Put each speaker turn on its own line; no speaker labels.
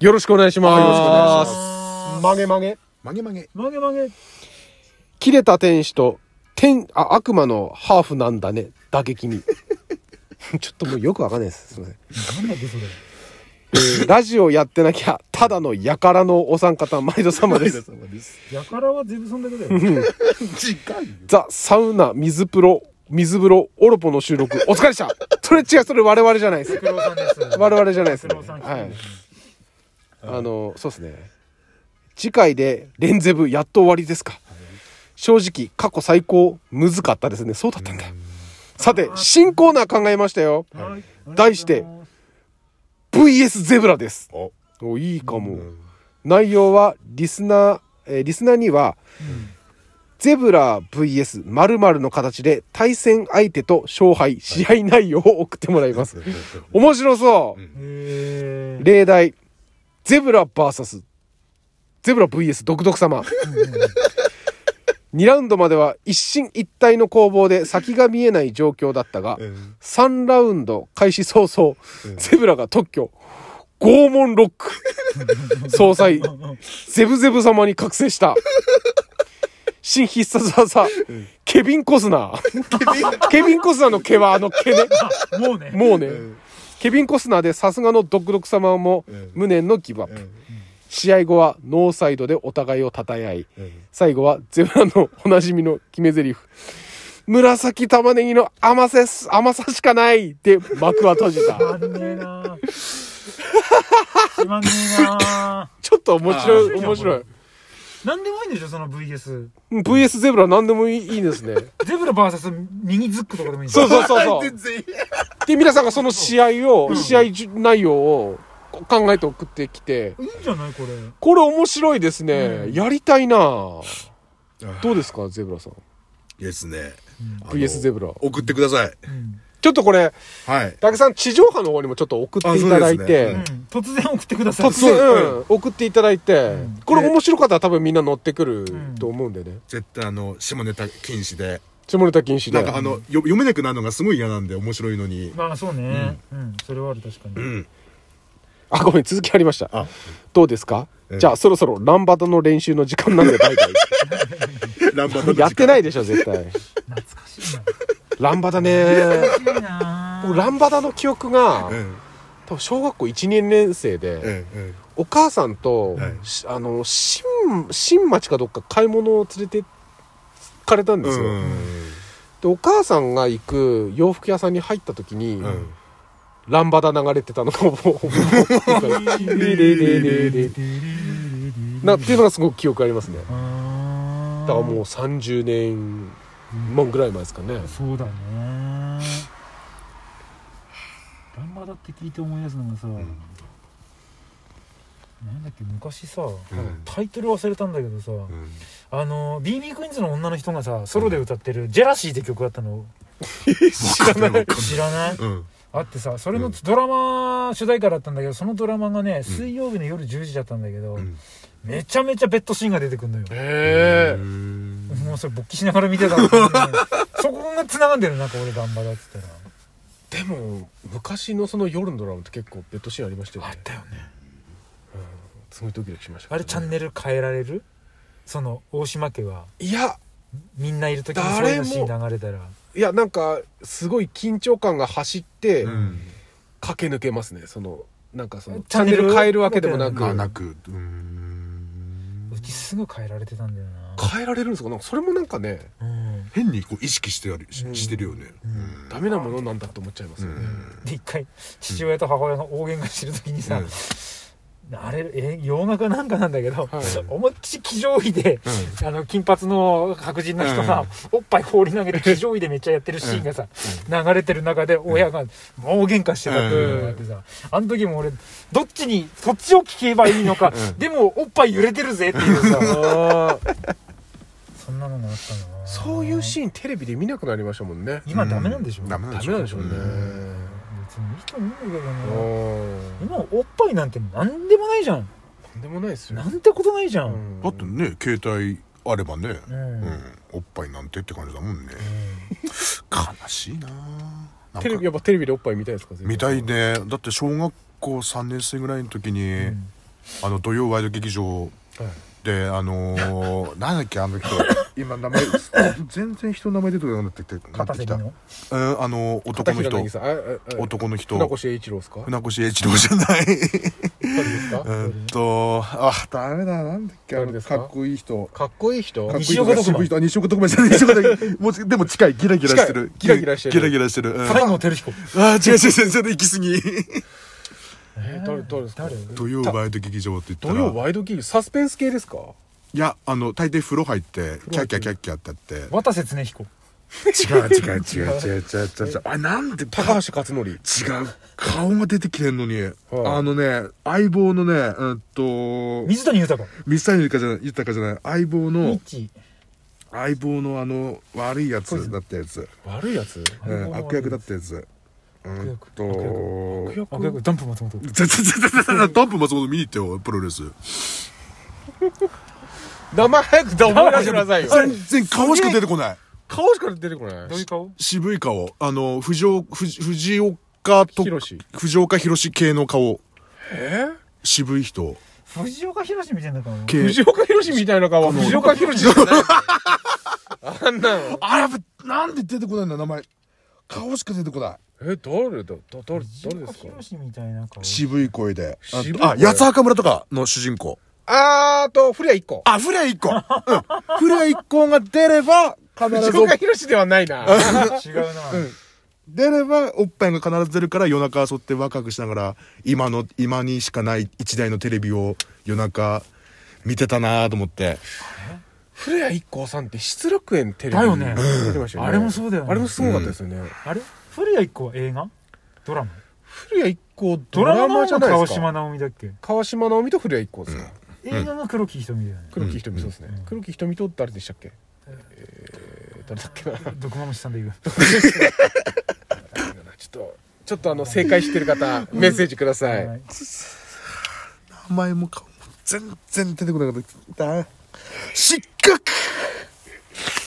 よろしくお願いします。
よろしくお願いします。曲げ曲げ。
曲げ曲げ。
曲げ曲げ。
切れた天使と天あ悪魔のハーフなんだねだけ君 ちょっともうよくわかんないですすいま
なんだっけそれ。
せん、えーラジオやってなきゃただのやからのお三方毎度様です
様です。
やからはゼブさんだけだよ。
近いよ。
ザ・サウナ水プロ水風呂オロポの収録お疲れでしたそれ違うそれ我々じゃないです
クロさんです。
我々じゃないですね
クロさん来て
は
る
いあのそうですね次回でレンゼブやっと終わりですか正直過去最高むずかったですねそうだったんださて新コーナー考えましたよ
はい
題して。VS ゼブラです
お、
おいいかも、内容はリスナー、えーリスナーには、ゼブラ VS 〇〇の形で対戦相手と勝敗試合内容を送ってもらい ます、面白そう、
へー
例題ゼブラ VS ゼブラ VS 独特様2ラウンドまでは一進一退の攻防で先が見えない状況だったが、
うん
3ラウンド開始早々、ゼブラが特許拷問ロック総裁ゼブゼブ様に覚醒した新必殺技、ケビン・コスナーケビン・コスナーの毛はあの毛ね
あもうね。
もうね、ケビン・コスナーでさすがのドッグドク様も
うん
無念のギブアップ、
ん
試合後はノーサイドでお互いを称え合い、
ん
最後はゼブラのおなじみの決め台詞紫玉ねぎの甘せ甘さしかないで幕は閉じ
しま
た
んねえな。しまんねえな。
ちょっと面白い
あー
面白い
なんでもいいんでしょその VS。
うん VS ゼブラ何でもいいいいですね
ゼブラ VS ミニズックとかでもいいんでし
そうそ
ょ
うそうそう
全然。
で皆さんがその試合を試合じゅ内容を考えて送ってきて
いいんじゃないこれ。
これ面白いですね、
うん
やりたいなどうですかゼブラさん
いいですね。あの
VS ゼブラ
送ってください。
うん
ちょっとこれ
はい。
武さん地上波の方にもちょっと送っていただい
あそうで
て、
すね
うん突然送ってください。
突然、うん送っていただいて、これ面白かったら多分みんな乗ってくる
ん
と思うんでね
絶対あの下ネタ禁止で
下ネタ禁止
な
で
んかあのよ読めなくなるのがすごい嫌なんで面白い のに
まあそうね。うん。それはある確かに。
あごめん続きありました
あ
どうですか、
うん
じゃあそろそろランバダの練習の時間 なんでバイバイ
乱暴な
やってないいでしょ絶 対
懐かしいな。
ランバダね
懐かしいな。
僕ランバダの記憶が
うんうん
多分小学校12年生
う
で
ん
お母さんと、
はい
しあの新新町かどっか買い物を連れてかれたん
う
ですよ、
ん
でお母さんが行く洋服屋さんに入った時に、
うん
ランバダ流れてたの かもリリリリリなっていうのがすごく記憶ありますねだ
あー
からもう30年もんぐらい前ですかね
そうだねランバダって聞いて思い出すのがさ、なんだっけ昔さ、
ん
タイトル忘れたんだけどさ、
ん
あの BB クイーンズの女の人がさソロで歌ってる「ジェラシー」って曲あったの
知らない
知らない
うん
あってさそれのドラマ主題歌だったんだけどそのドラマがね水曜日の夜10時だったんだけど、
ん
めちゃめちゃベッドシーンが出てくんのよ
へえ
もうそれ勃起しながら見てたんだけどねそこが繋がんでるなんか俺頑張だっつったら
でも昔のその夜のドラマって結構ベッドシーンありましたよね
たよね
すごいドキドキしましたけ
あ
どね
れチャンネル変えられるその大島家はい
や
みんないる時にそういうのシーン流れたら
いやなんかすごい緊張感が走って
うん
駆け抜けますねそのなんかそのチ
チ
ャ
ャ
ン
ン
ネ
ネル
ル変えるわけでもなく
まあなくうん
うちすぐ変えられてたんだよな
変えられるんですかなんかそれもなんかね
うん
変にこう意識してやるししてるよね
ダメなものなんだと思っちゃいますよね、
で一回父親と母親が大喧嘩してる時にさ、
うん
あれえ洋画かなんかなんだけど、
はい
思いっきり騎乗位で、あの金髪の白人の人が、おっぱい放り投げて騎乗位でめっちゃやってるシーンがさ、流れてる中で親が大喧嘩してたっていうのがあってさ、あの時も俺どっちにそっちを聞けばいいのか、でもおっぱい揺れてるぜっていうさそんなのがあったな
そういうシーンテレビで見なくなりましたもんね
今ダメなんでしょ、
ダメな
ダ
んで
メ
しょ
なんでしょうね
別にいい人見んだけど
う
な、
ん
今おっぱいなんて何でもないじゃん
とんでもないですよ
なんてことないじゃん、
だってね携帯あればね
う
うんんおっぱいなんてって感じだもんね悲しいななんか
テレビやっぱテレビでおっぱい見たいですか
みたいでだって小学校3年生ぐらいの時に、あの土曜ワイド劇場で、あの ー、なんだっけあの人今名前全然人の名前出てこなくなってきてなっ
片
てき
瀬
た、
美
うん
の、
あの男の
片平渚
人
あああ
男の人
船越英一郎ですか
船越英一郎じゃない
誰ですか
えっとあダメだなんだっけあ
誰
の
ですか
かっこいい人
かっこいい人
かっこいい
西岡徳馬
人あ西岡徳馬じゃない西岡徳馬もうでも近いギラギラしてる
近いギラギラしてる
ギラギラしてる、うん
西郷輝彦
あー違う違う違うちょっと行き過ぎ
えー誰誰ですか
誰
土曜ワイド劇場って言った
土
ら
曜ワイドキーサスペンス系ですか
いやあの大抵風呂入ってキャッキャキャッキャってやって
渡瀬恒彦
違う違う違う違う違う違う違うあなんで
高橋克典
違う顔が出てきてんのに、
はい
あのね相棒のねうんと
水谷豊
水谷豊じゃない豊かじゃない相棒
ミ
の
ッチ
相棒のあの悪いやつだったやつ、
悪いやつ
うん、悪役だったやつうんと
悪
悪役
あ逆にダンプ松本
全然全然全然ダンプ松本見に行ってよプロレス
名前早く覚えらせてくださいよ
全然顔しか出てこない
顔しか出てこない
どういう顔
渋い顔あの藤尾藤藤岡と
博士
藤岡弘系の顔
え
渋い人
藤岡弘みたいな顔
系
藤岡弘みたいな顔藤岡弘じゃないあんなの
あ、やっぱ、なんで出てこないんだ、名前。顔しか出てこない。
え誰だだ誰誰
藤
で
岡
すか
弘みたいな顔
渋い声で。あ
渋い声
あ、八つ墓村とかの主人公。
あーと古谷一個
あ、フレイ一個。うん。フレイ一個が出れば、必ず
藤
お、
岡弘ではないな
違うな
出れば、おっぱいが必ず出るから、夜中遊ってワクワクしながら、今の、今にしかない一台のテレビを夜中、見てたなぁと思って。
古谷一行さんって失楽園テレビ
だよね
出てましたよね
あれもそうだよね
あれもすごかったですよね
あれ古谷一行は映画ドラマ
古谷一行ド
ドラ
ラ
マ
マ
の
じゃないで
川
す
島
か
直美だっけ
川島直美と古谷一行ですか
映画が黒木瞳だよね
黒木瞳そうですね黒木瞳と誰でしたっけえー誰だっけな
毒まむしさんで言う
ちょっとちょっとあの正解してる方メッセージください
はい
名前も顔も全然出てこなかった。失格